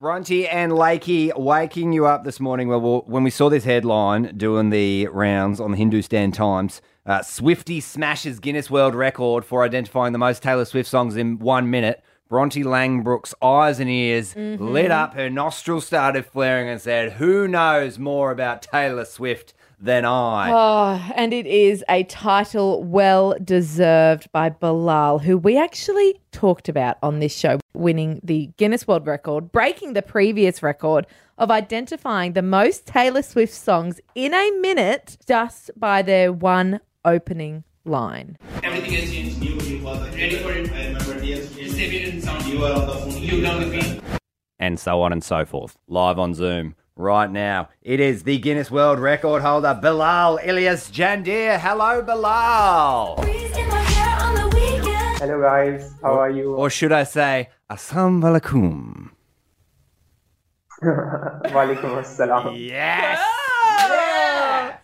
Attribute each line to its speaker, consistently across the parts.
Speaker 1: Bronte and Lakey waking you up this morning. Well, when we saw this headline doing the rounds on the Hindustan Times, uh, Swifty smashes Guinness World Record for identifying the most Taylor Swift songs in one minute. Bronte Langbrook's eyes and ears lit up, her nostrils started flaring, and said, Who knows more about Taylor Swift than I?
Speaker 2: Oh, and it is a title well deserved by Bilal, who we actually talked about on this show, winning the Guinness World Record, breaking the previous record of identifying the most Taylor Swift songs in a minute just by their one opening line.
Speaker 3: Everything has changed.
Speaker 4: You, you were the-
Speaker 3: Ready for it?
Speaker 4: I remember yes, yes.
Speaker 3: Save it in sound.
Speaker 4: You were on the phone.
Speaker 3: You down the beat.
Speaker 1: and so on and so forth. Live on Zoom right now. It is the Guinness World Record holder, Bilal Ilyas Jandir. Hello, Bilal.
Speaker 4: Hello guys, how are you?
Speaker 1: Or should I say, Assalamu alaikum.
Speaker 4: Walaikum assalam.
Speaker 1: Yes. Yeah.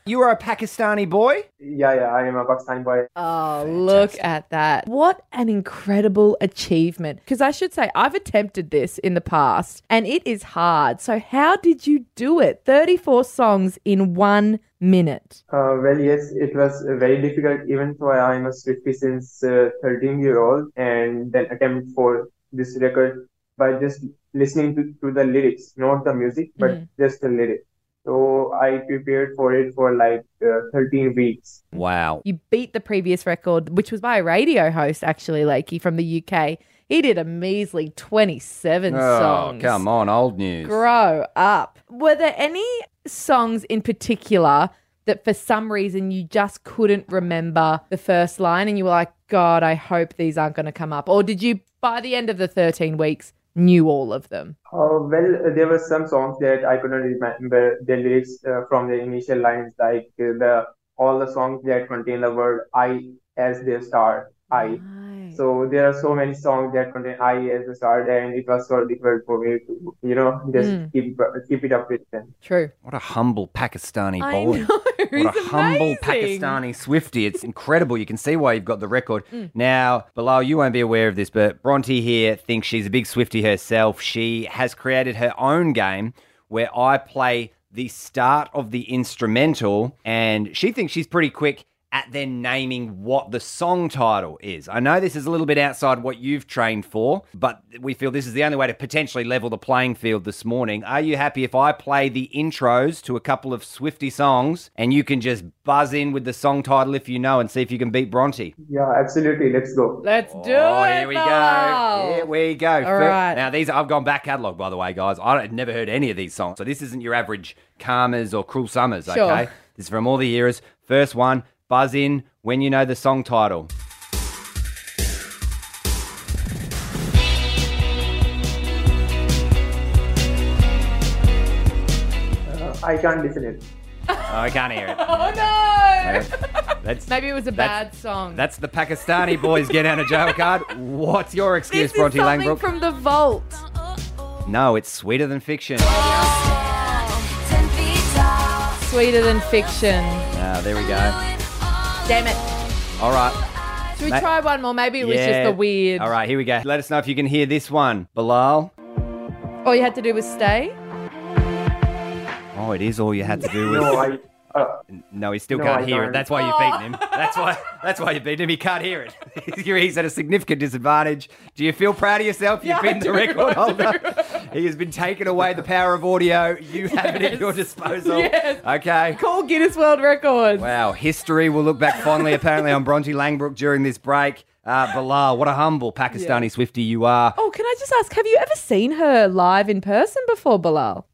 Speaker 1: You are a Pakistani boy?
Speaker 4: Yeah, yeah, I am a Pakistani boy.
Speaker 2: Oh, look at that. What an incredible achievement. Because I should say, I've attempted this in the past and it is hard. So, how did you do it? 34 songs in one minute.
Speaker 4: Uh, well, yes, it was very difficult even though I am a Swifty since uh, 13 year old and then attempt for this record by just listening to, to the lyrics, not the music, but just the lyrics. So I prepared for it for like uh, 13 weeks.
Speaker 1: Wow.
Speaker 2: You beat the previous record, which was by a radio host, actually, Lakey from the UK. He did a measly 27
Speaker 1: Oh,
Speaker 2: songs.
Speaker 1: come on, old news.
Speaker 2: Grow up. Were there any songs in particular that for some reason you just couldn't remember the first line and you were like, God, I hope these aren't going to come up? Or did you, by the end of the 13 weeks, knew all of them?
Speaker 4: Uh, well, uh, there were some songs that I couldn't remember the lyrics uh, from the initial lines, like uh, the all the songs that contain the word "I" as their start. I.
Speaker 2: Mm-hmm.
Speaker 4: So there are so many songs that contain "I" as the start, and it was so difficult for me to, you know, just
Speaker 2: Mm.
Speaker 4: keep uh, keep it up with them.
Speaker 2: True.
Speaker 1: What a humble Pakistani
Speaker 2: I
Speaker 1: boy.
Speaker 2: know.
Speaker 1: What a
Speaker 2: it's
Speaker 1: humble
Speaker 2: amazing.
Speaker 1: Pakistani Swifty. It's incredible. You can see why you've got the record.
Speaker 2: Mm.
Speaker 1: Now, Bilal, you won't be aware of this, but Bronte here thinks she's a big Swifty herself. She has created her own game where I play the start of the instrumental, and she thinks she's pretty quick at then naming what the song title is. I know this is a little bit outside what you've trained for, but we feel this is the only way to potentially level the playing field this morning. Are you happy if I play the intros to a couple of Swifty songs and you can just buzz in with the song title if you know and see if you can beat Bronte?
Speaker 4: Yeah, absolutely. Let's go.
Speaker 2: Let's do
Speaker 1: oh,
Speaker 2: it.
Speaker 1: here we
Speaker 2: Bilal.
Speaker 1: go. Here we go.
Speaker 2: All right.
Speaker 1: Now these I've gone back catalog by the way, guys. I had never heard any of these songs, so this isn't your average Karmas or Cruel Summers.
Speaker 2: Sure.
Speaker 1: Okay, this is from all the eras. First one, buzz in when you know the song title.
Speaker 4: Uh, I can't listen it.
Speaker 1: Oh, I can't hear it.
Speaker 2: Oh, no.
Speaker 1: That's
Speaker 2: Maybe it was a
Speaker 1: That's-
Speaker 2: bad song.
Speaker 1: that's the Pakistani boys get out of jail card. What's your excuse,
Speaker 2: this is
Speaker 1: Bronte
Speaker 2: something
Speaker 1: Langbrook?
Speaker 2: from the vault.
Speaker 1: no, it's sweeter than fiction.
Speaker 2: Sweeter than fiction.
Speaker 1: Ah, there we go.
Speaker 2: Damn it.
Speaker 1: All right.
Speaker 2: Should we
Speaker 1: Ma-
Speaker 2: try one more? Maybe it was
Speaker 1: Yeah.
Speaker 2: just the weird.
Speaker 1: All right, here we go. Let us know if you can hear this one, Bilal.
Speaker 2: All you had to do was stay.
Speaker 1: Oh, it is all you had to do was.
Speaker 4: No, I. Uh,
Speaker 1: No, he still
Speaker 4: No,
Speaker 1: can't
Speaker 4: I
Speaker 1: hear it.
Speaker 4: don't.
Speaker 1: That's why you've beaten
Speaker 2: Oh.
Speaker 1: him. That's why. That's why you've beaten him. He can't hear it. He's at a significant disadvantage. Do you feel proud of yourself? You've
Speaker 2: Yeah, I
Speaker 1: been the
Speaker 2: do.
Speaker 1: record
Speaker 2: I
Speaker 1: holder. He has been taken away the power of audio. You have it at your disposal.
Speaker 2: Yes.
Speaker 1: Okay.
Speaker 2: Call Guinness World Records.
Speaker 1: Wow. History will look back fondly, apparently, on Bronte Langbrook during this break. Uh, Bilal, what a humble Pakistani Swifty you are.
Speaker 2: Oh, can I just ask, have you ever seen her live in person before, Bilal?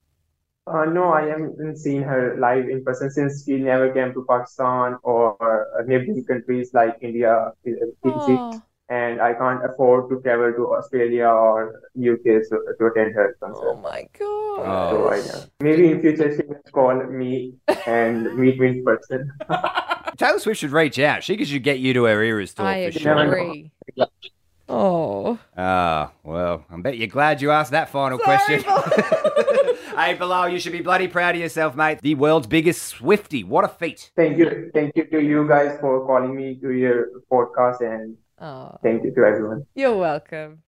Speaker 4: Uh, no, I haven't seen her live in person since she never came to Pakistan or uh, neighboring countries like India, uh, Egypt,
Speaker 2: Oh.
Speaker 4: and I can't afford to travel to Australia or UK so, to attend her
Speaker 2: Oh
Speaker 4: concert.
Speaker 2: my god.
Speaker 4: So
Speaker 1: Oh.
Speaker 4: I know. Maybe in future she will call me and meet me in person.
Speaker 1: Taylor Swift should reach out. She should get you to her ears talk
Speaker 2: I
Speaker 1: for sure.
Speaker 2: agree. Oh.
Speaker 1: Ah, well, I bet you're glad you asked that final
Speaker 2: Sorry,
Speaker 1: question. hey, Bilal, you should be bloody proud of yourself, mate. The world's biggest Swifty. What a feat.
Speaker 4: Thank you, thank you to you guys for calling me to your podcast, and
Speaker 2: Oh.
Speaker 4: thank you to everyone.
Speaker 2: You're welcome.